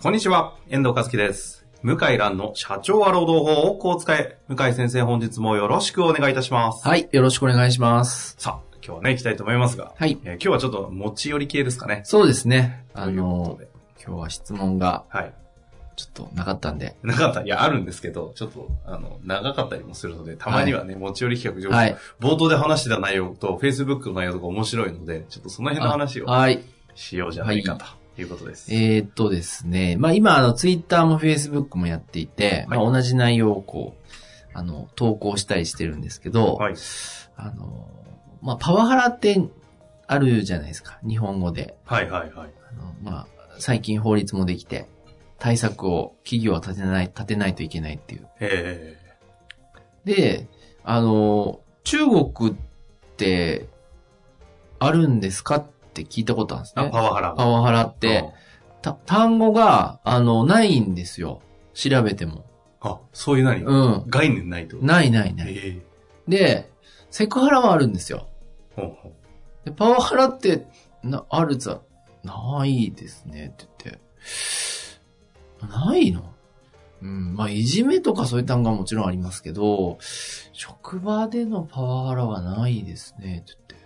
こんにちは、遠藤和樹です。向井蘭の社長は労働法をこう使え。向井先生本日もよろしくお願いいたします。はい、よろしくお願いします。さあ、今日はね、行きたいと思いますが、はい。えー今日はちょっと持ち寄り系ですかね。そうですね。あというこのと、で。今日は質問がはい。ちょっとなかったんで。なかった。いや、あるんですけど、ちょっと、あの、長かったりもするので、たまにはね、持ち寄り企画上、はい。冒頭で話してた内容と、Facebook の内容とか面白いので、ちょっとその辺の話をはい。しようじゃないかということです。えー、っとですね。まあ今、あの、ツイッターもフェイスブックもやっていて、まあ同じ内容をこう、あの、投稿したりしてるんですけど、はい。あの、まあパワハラってあるじゃないですか。日本語で。はいはいはい。あの、まあ、最近法律もできて、対策を企業は立てない、立てないといけないっていう。えで、あの、中国ってあるんですかって聞いたことあるんですー、あ、ねパ。ワハラ。パワハラって、た単語が、あの、ないんですよ。調べても。あ、あそういう何、うん。概念ないってことないないない。えで、セクハラはあるんですよ。えほうほうでパワハラって、な、あるじゃ、ないですね、って言って。ないのうん。まあ、いじめとかそういう単語はもちろんありますけど、職場でのパワハラはないですね、って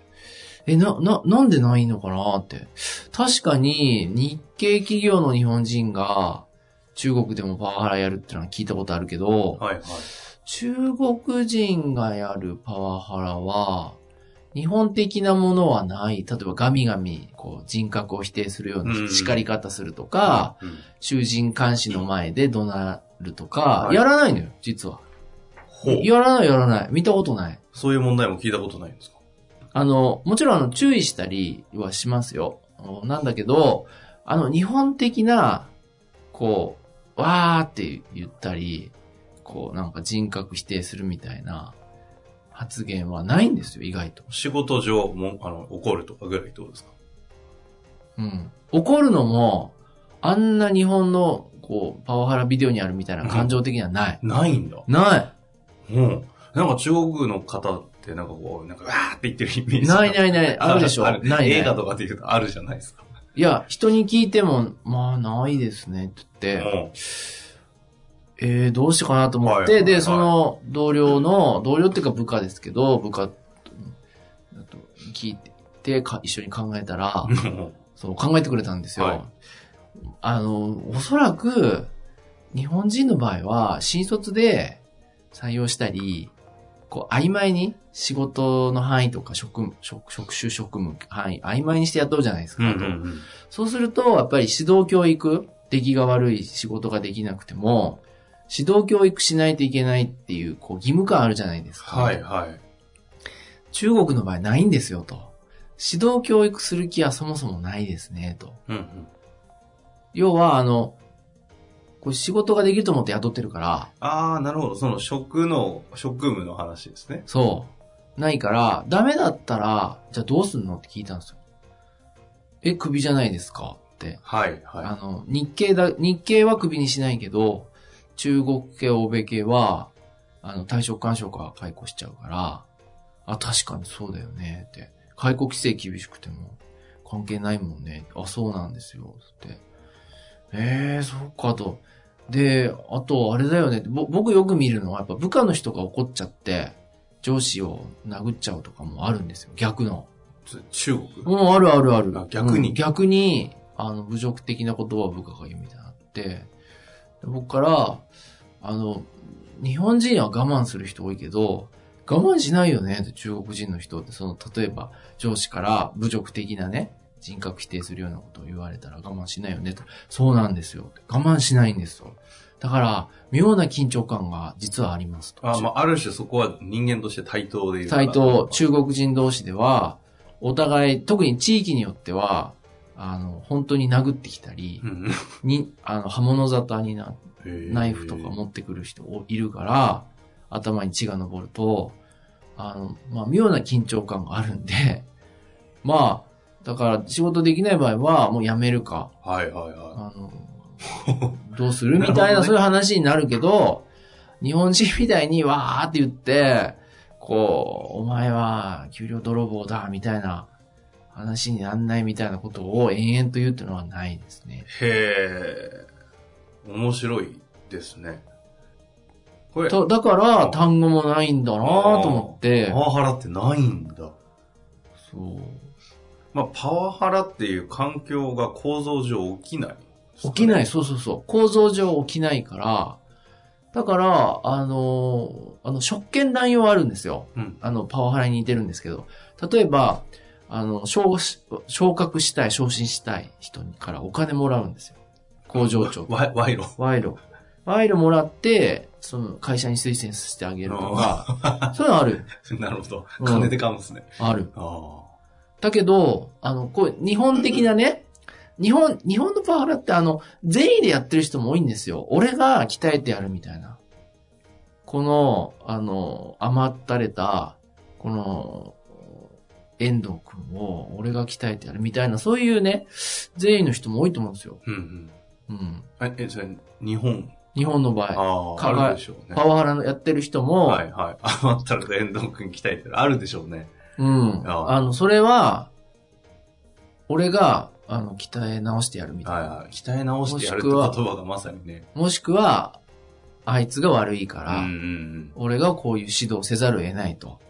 言って。え、な、な、なんでないのかなって。確かに、日系企業の日本人が、中国でもパワハラやるってのは聞いたことあるけど、はいはい。中国人がやるパワハラは、日本的なものはない。例えばガミガミ、こう、人格を否定するよううんな叱り方するとか、うん、囚人監視の前で怒鳴るとか、はいやらないのよ、実は。ほう。やらない、やらない。見たことない。そういう問題も聞いたことないんですかあの、もちろんあの、注意したりはしますよ。あのなんだけど、あの、日本的な、こう、わーって言ったり、こう、なんか人格否定するみたいな発言はないんですよ、意外と。仕事上も、あの、怒るとかぐらいってことですかうん。怒るのも、あんな日本の、こう、パワハラビデオにあるみたいな感情的にはない。ないんだ。なうん。なんか中国の方ってなんかこう、なんかわーって言ってるイメーいジ。ないないない。あるでし ょあないない。映画とかって言うとあるじゃないですか。いや、人に聞いても、まあ、ないですね、って言って。うんえー、どうしてかなと思って、はいはいはいで、その同僚の、同僚っていうか部下ですけど、部下と聞いてか、一緒に考えたら、そう考えてくれたんですよ。はいあの、おそらく、日本人の場合は、新卒で採用したり、こう、曖昧に仕事の範囲とか職務、職職種、職務、範囲、曖昧にして雇うじゃないですうんか。うんうんそうすると、やっぱり指導教育、出来が悪い仕事ができなくても、指導教育しないといけないっていう、こう、義務感あるじゃないですか。はいはい。中国の場合ないんですよ、と。指導教育する気はそもそもないですね、と。うんうん要は、あの、こう仕事ができると思って雇ってるから、あー、なるほど。その職の、職務の話ですね。そう。ないから、ダメだったら、じゃあどうすんのって聞いたんですよ。え、首じゃないですかって。はいはあの、日系だ、日系は首にしないけど、中国系、欧米系は、あの、退職干渉が解雇しちゃうから、あ、確かにそうだよね、って。解雇規制厳しくても、関係ないもんね。あ、そうなんですよ、って。えー、そっかと。で、あと、あれだよね。ぼ僕よく見るのは、やっぱ部下の人が怒っちゃって、上司を殴っちゃうとかもあるんですよ。逆の。い。中国うん、あるあるあるあ。逆にうん逆に、あの、侮辱的な言葉を部下が言うみたいになって、で僕から、あの、日本人は我慢する人多いけど、我慢しないよねって中国人の人って、その、例えば、上司から侮辱的なね、人格否定するようなことを言われたら我慢しないよねと。そうなんですよ。我慢しないんですよ。だから、妙な緊張感が実はありますと。あーまあ、ある種そこは人間として対等でいるから対等、中国人同士では、お互い、特に地域によっては、あの、本当に殴ってきたり、に、あの、刃物沙汰にな、ナイフとか持ってくる人おいるから、頭に血が昇ると、あの、まあ、妙な緊張感があるんで、まあ、だから仕事できない場合は、もう辞めるか、はいはいはい。あの、 どうするみたいな、なるほどねそういう話になるけど、日本人みたいにわーって言って、こう、お前は給料泥棒だ、みたいな話になんないみたいなことを延々と言うっていうのはないですね。へえ、面白いですね。これ、パとだから、単語もないんだなと思って、ワハラってないんだ。そう。まあ、パワハラっていう環境が構造上起きない。。起きないい、そうそうそう。構造上起きないから、だから、あの、あの、職権乱用あるんですよ。うん。あの、パワハラに似てるんですけど、例えば、あの、昇し昇格したい、昇進したい人からお金もらうんですよ。工場長。わ賄賂。 賄賂。賄賂もらって、その会社に推薦してあげるとか、そういうのある。なるほど。うん金で買うんですね。ある。ああ。だけど、あの、こう、日本的なね、日本、日本のパワハラってあの、善意でやってる人も多いんですよ。俺が鍛えてやるみたいな。この、あの、甘ったれた、この、遠藤くんを俺が鍛えてやるみたいな、そういうね、善意の人も多いと思うんですよ。うんうん。うん。え、えそれ、日本。日本の場合。あかあ、あるでしょうねパ。ワハラのやってる人も、はいはい。 あったら遠藤くん鍛えてる。あるでしょうね。うん。ああの、それは、俺が、あの、鍛え直してやるみたいな。はいはい。鍛え直してやるって言もしく葉がまさにね。もしくは、あいつが悪いうかんうら、ん俺がこういう指導をせざるを得ないと。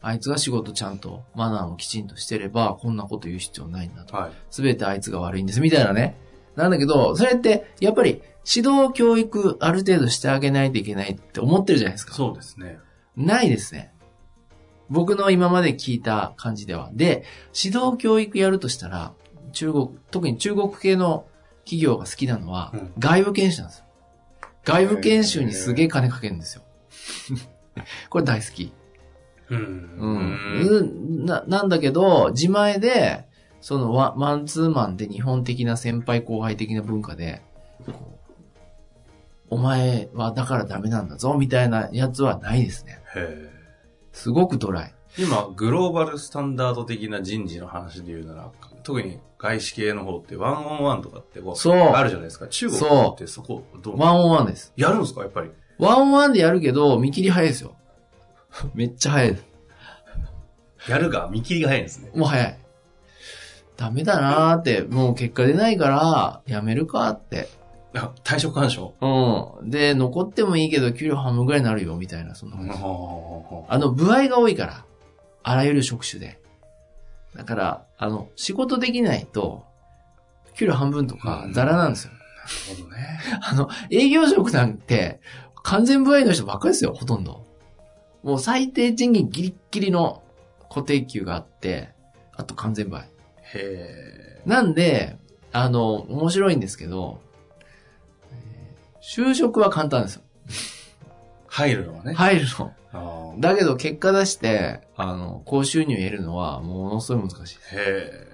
あいつが仕事ちゃんと、マナーもきちんとしてれば、こんなこと言う必要ないんだうん。と。はい。すべてあいつが悪いんです、みたいなね。なんだけど、それって、やっぱり、指導教育ある程度してあげないといけないって思ってるじゃないですか。そうですね。ないですね。僕の今まで聞いた感じでは。で、指導教育やるとしたら、中国、特に中国系の企業が好きなのはうん、外部研修なんですよ。外部研修にすげえ金かけるんですよ。これ大好き。うんうん。うんな、なんだけど、自前で、そのワ、マンツーマンで日本的な先輩後輩的な文化で、こうお前はだからダメなんだぞ、みたいなやつはないですね。へえ。すごくドライ。今、グローバルスタンダード的な人事の話で言うなら、特に外資系の方ってワンオンワンとかってこう、そうあるじゃないですか。中国そうってそこ、どうワンオンワンです。やるんですかやっぱり。ワンオンワンでやるけど、見切り早いですよ。 めっちゃ早いです。やるが見切りが早いんですね。もう早い。ダメだなーって、もう結果出ないから、やめるかって。あ退職干渉。うん。で、残ってもいいけど、給料半分ぐらいになるよ、みたいな、そんなあ感じ。ーあの、部合が多いから。あらゆる職種で。だから、あの、仕事できないと、給料半分とかうん、ザラなんですよ。なるほどね。営業職なんて、完全不合の人ばっかりですよ、ほとんど。もう最低賃金ギリッギリの固定給があって、あと完全不合。へなんで、あの、面白いんですけど、えー就職は簡単ですよ。え。入るのはね。入るの。あーだけど結果出して、あの、高収入得るのはものすごい難しい。へ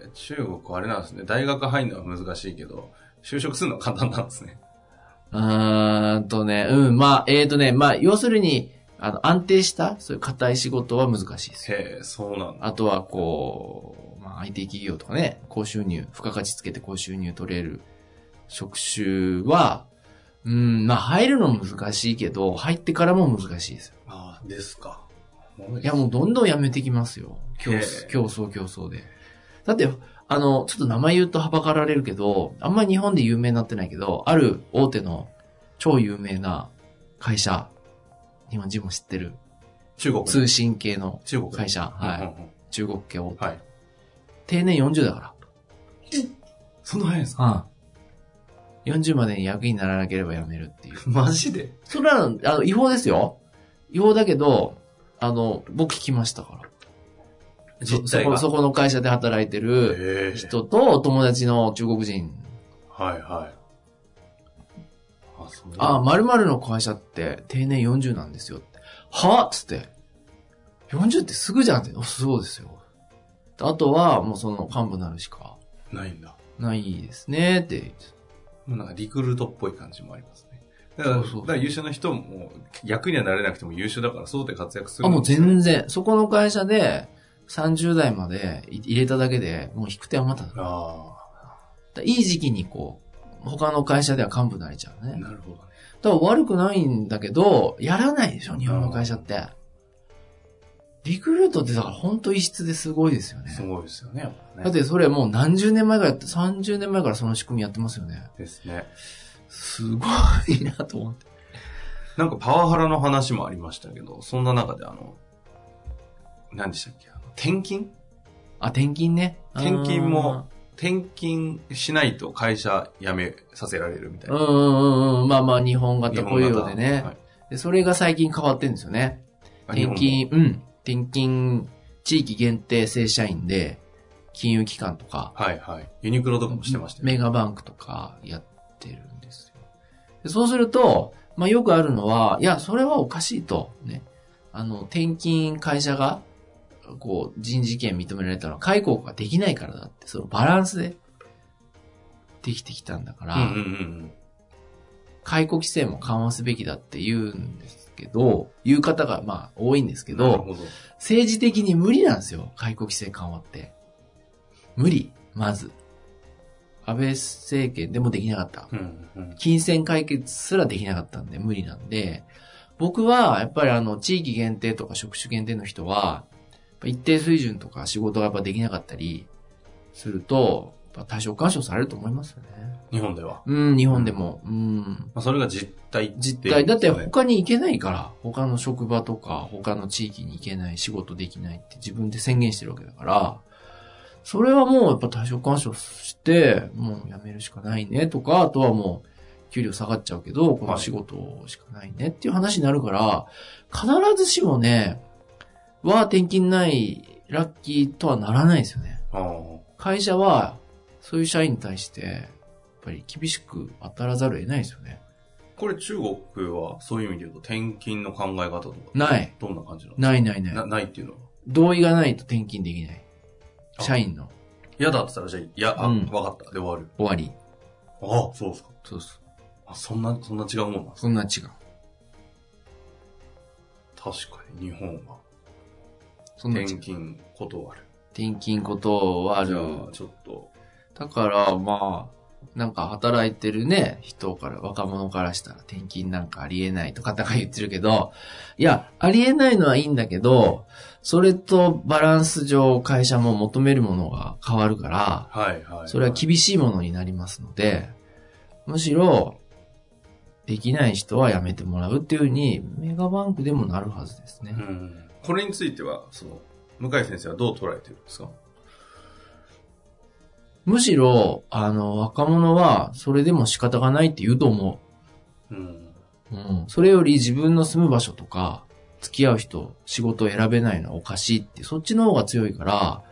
え。中国はあれなんですね。大学入るのは難しいけど、就職するのは簡単なんですね。うーんとね、うん、まあ、えーとね、まあ、要するに、あの、安定した、そういう硬い仕事は難しいですよへえ、そうなんだ。あとはこう、まあ、IT 企業とかね、高収入、付加価値つけて高収入取れる職種は、うん、まあ入るのも難しいけど、入ってからも難しいですよ。ああ、ですか。いやもうどんどんやめてきますよ。競へえ争、競争、競争で。だって、あの、ちょっと名前言うとはばかられるけど、あんまり日本で有名になってないけど、ある大手の超有名な会社、日本人も知ってる、中国。通信系の中国。会社、はうんうい、んうん中国系大手。はい。定年40だから。そんな早いんですかうん。40までに役にならなければ辞めるっていう。 マジでそれは、あの、違法ですよ。違法だけど、あの、僕聞きましたから。そ実そ態こが。そこの会社で働いてるへえ人とお友達の中国人。はいはい。あ、そうあ、〇〇の会社って定年40なんですよって。はっつって。40ってすぐじゃんって。おそうですよ。あとは、もうその幹部になるしかないんだ。ないですね、って言ってた。もうなんかリクルートっぽい感じもありますね。だから、そうそうそうだから優秀な人も、役にはなれなくても優秀だから、そうで活躍する。あ、もう全然。そこの会社で、30代までい入れただけで、もう引く手はまただかあらいい時期にこう、他の会社では幹部になれちゃうあ、ね。なるほどね。だから悪くないんだけど、やらないでしょ、日本の会社って。リクルートってだから本当異質ですごいですよね。すごいですよね、やっぱね。だってそれもう何十年前からやって、30年前からその仕組みやってますよね。ですね。すごいなと思って。なんかパワハラの話もありましたけど、そんな中であの、何でしたっけあの転勤 あ、転勤ね。転勤も転勤しないと会社辞めさせられるみたいうん。うな。んうんうん。まあまあ、日本日型本雇型用でね、はいで。それが最近変わってんですよね。あ転日勤、うん。転勤、地域限定正社員で、金融機関とか、本はいはい。ユニクロとかもしてましたよメガバンクとかやってるんですよ。でそうすると、まあよくあるのは、いや、それはおかしいと、ね。あの、転勤会社が、こう、人事権認められたのは解雇ができないからだって、そのバランスでできてきたんだから、うんうんうん解雇規制も緩和すべきだって言うんですけど、言う方がまあ多いんですうけん。なるど、ほど。政治的に無理なんですよ、解雇規制緩和って。無理、まず。安倍政権でもできなかった。うんうん。金銭解決すらできなかったんで無理なんで、僕はやっぱりあの地域限定とか職種限定の人は、やっぱ一定水準とか仕事がやっぱできなかったりすると、やっぱ対象干渉されると思いますよね。日本では。うん、日本でも。うん。まあ、それが実態実態。だってね他に行けないから、他の職場とか、他の地域に行けない、仕事できないって自分で宣言してるわけだから、それはもうやっぱ対象干渉して、もう辞めるしかないねとか、あとはもう、給料下がっちゃうけど、この仕事しかないねっていう話になるから、必ずしもね、は転勤ない、ラッキーとはならないですよね。ああ会社は、そういう社員に対して、やっぱり厳しく当たらざるを得ないですよね。これ中国はそういう意味で言うと転勤の考え方とか。ない。どんな感じなのないないない。なないっていうのは。同意がないと転勤できない。あ社員の嫌だって言ったらじゃあ、いや、あ、わ、うんかった。で終わる。終わり。ああ、そうですか。そうそう。あ、そんな、そんな違うもんなんですそんな違う。確かに、日本は。そんな違転う。勤断る。転勤ことはあじるゃ。あ、ちょっと、だから、まあ、なんか働いてるね、人から、若者からしたら転勤なんかありえないとかとか言ってるけど、いや、ありえないのはいいんだけど、それとバランス上会社も求めるものが変わるから、はいはい。それは厳しいものになりますので、むしろ、できない人はやめてもらうっていうふうに、メガバンクでもなるはずですね。うん。これについては、その、向井先生はどう捉えてるんですかむしろ、あの、若者は、それでも仕方がないって言うと思うん。う。うん。それより自分の住む場所とか、付き合う人、仕事を選べないのはおかしいって、そっちの方が強いから、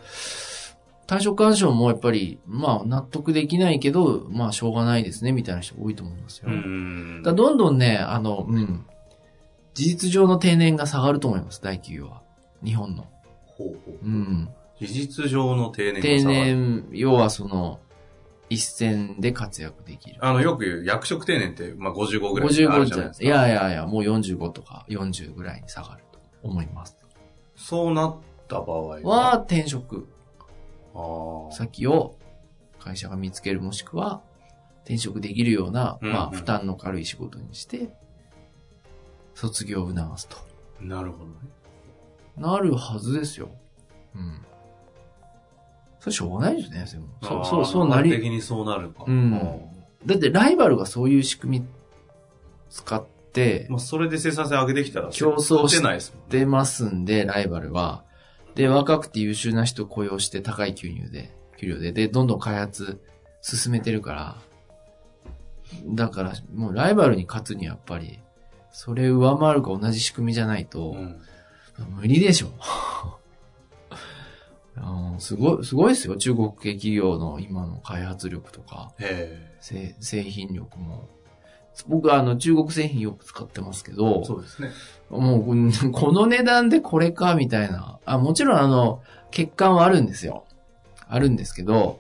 対象干渉もやっぱり、まあ、納得できないけど、まあ、しょうがないですね、みたいな人多いと思いますよ。うん。だからどんどんね、あの、うん。事実上の定年が下がると思います、大企業は。日本の。ほうほう。うん。事実上の定年が定下がる年、要はその、一線で活躍できる。あの、よく言う、役職定年って、まあ、55ぐらいにな55るじじゃゃなないいでですか。すか。いやいやいや、もう45とか40ぐらいに下がると思います。そうなった場合は、、転職あー先を会社が見つける、もしくは、転職できるような、うんうんまあ、負担の軽い仕事にして、卒業を促すと。なるほどね。なるはずですよ。うん。それしょうがないですね、でもそあう、ーそう、そうな一般的り。にそうなるか。うんあだってライバルがそういう仕組み使ってーまあ、それで生産性上げてきたら、競争ししてないですもんね。出ますんで、ライバルは。で、若くて優秀な人雇用して高い給料で、給料で、で、どんどん開発進めてるから。だから、もうライバルに勝つにはやっぱり、それ上回るか同じ仕組みじゃないと、うん無理でしょ。 うんすごい、すごいですよ。中国系企業の今の開発力とか、へえ。せ製品力も。僕はあの中国製品よく使ってますけど、そうですね。もう うん、この値段でこれか、みたいな。あ、もちろん、あの、欠陥はあるんですよ。あるんですけど、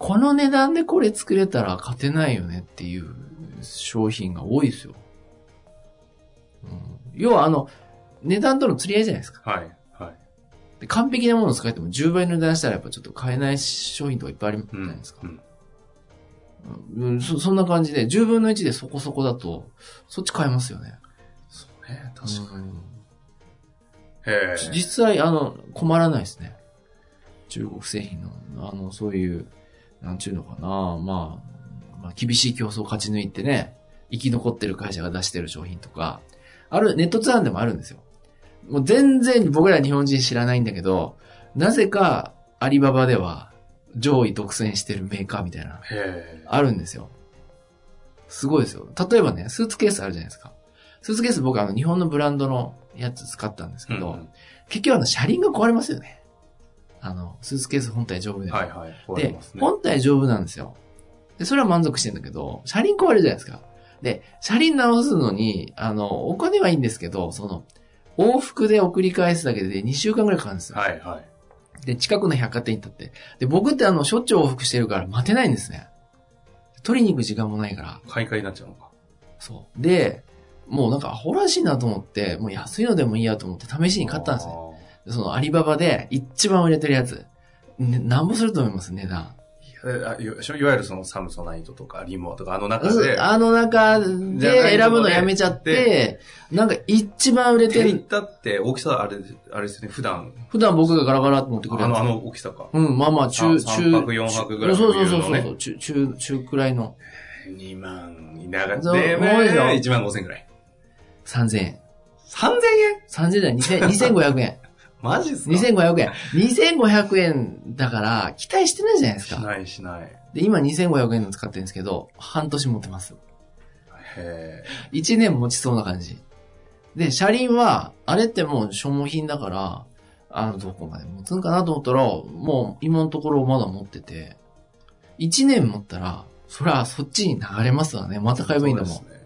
この値段でこれ作れたら勝てないよねっていう商品が多いですよ。うん、要は、あの、値段との釣り合いじゃないですか。はい。はい。で完璧なものを使えても10倍の値段したらやっぱちょっと買えない商品とかいっぱいあるじゃないですか。うん。うん、そそんな感じで、10分の1でそこそこだと、そっち買えますよね。そうね、確かに。に。へえ。実際、あの、困らないですね。中国製品の、あの、そういう、なんちゅうのかな、まあ、まあ、厳しい競争を勝ち抜いてね、生き残ってる会社が出してる商品とか、ある、ネット通販でもあるんですよ。もう全然僕ら日本人知らないんだけど、なぜかアリババでは上位独占してるメーカーみたいな、へえ。あるんですよ。すごいですよ。例えばね、スーツケースあるじゃないですか。スーツケース僕あの日本のブランドのやつ使ったんですけうんど、うん結局あの車輪が壊れますよね。あの、スーツケース本体丈夫で。はいはい。終わりでます、ね。本体丈夫なんですよ。で、それは満足してんだけど、車輪壊れるじゃないですか。で、車輪直すのに、あの、お金はいいんですけど、その、往復で送り返すだけで2週間ぐらいかかるんですよ。はいはい。で、近くの百貨店行ったって。で、僕ってあの、しょっちゅう往復してるから待てないんですね。取りに行く時間もないから。買い替えになっちゃうのか。そう。で、もうなんかアホらしいなと思って、もう安いのでもいいやと思って試しに買ったんですね。そのアリババで一番売れてるやつ。ね、なんぼすると思います、値段。あーいやあいわいわゆるそのサムソナイトとかリモとかあの中で、あの中じゃないでとこで選ぶのやめちゃって、なんか一番売れて手に行るっ。たって大きさあれ、あれですね、普段。普段僕がガラガラって持ってくるあやの、つ。あの大きさか。うん、まあまあ、中、さん三中。泊四泊ぐらいそのうそうそうビそールう。の中、中、中くらいの2万、いながそうで、まあ多いよ1万5千ぐらい。 3000円。 3000円3000じゃない2000 2500円。マジっすか2500円。2500円だから、期待してないじゃないですしか。ないしない。で、今2500円の使ってるんですけど、半年持ってます。へ一年持ちそうな感じ。で、車輪は、あれってもう消耗品だから、あの、どこまで持つんかなと思ったら、もう今のところまだ持ってて、一年持ったら、そりゃそっちに流れますわね。またえ。買えばいいんだもそんう。ですね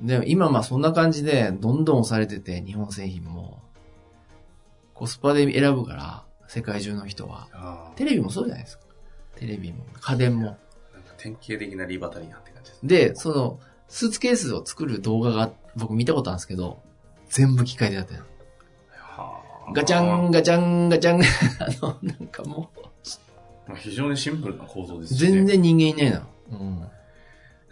で今まあそんな感じで、どんどん押されてて、日本製品も、コスパで選ぶから、世界中の人は。あテレビもそうじゃないですか。テレビも、家電も。ーなんか典型的なリバタリアンって感じですね。で、その、スーツケースを作る動画が、僕見たことあるんですけど、全部機械でやってる。はあガチャン、ガチャン、ガチャン、 あの、なんかもう、まあ非常にシンプルな構造ですしね。全然人間いないな。うん。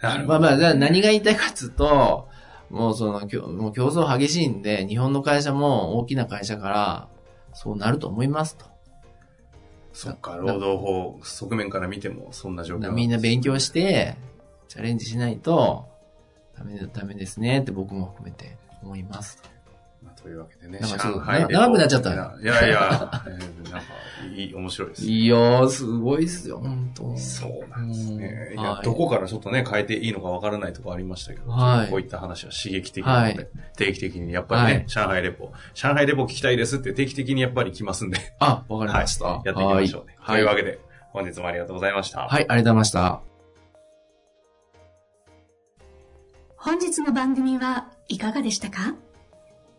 なるほまあど。まあ、だから何が言いたいかっつうと、もうその、きょもう競争激しいんで、日本の会社も大きな会社から、そうなると思いますと。そっか、労働法側面から見てもそんな状況みんな勉強して、チャレンジしないと、ダメだ、ダメですねって僕も含めて思います。まあというわけでね、なんかちょっと上海でな長くなっちゃったねいやいや、えーなんか、いい、面白いです。いやー、すごいっすよ、本当そうなんですね。いうんやは、いどこからちょっとね、変えていいのかわからないところありましたけど、はいこういった話は刺激的なのはで、定期的にやっぱりはね、上海レポ、上海レポ聞きたいですって定期的にやっぱり来ますんで、あ、わかりはいました。は、やっていきましょうね。とはいい、うはわい、けで、本日もありがとうございました。ありがとうございました。本日の番組はいかがでしたか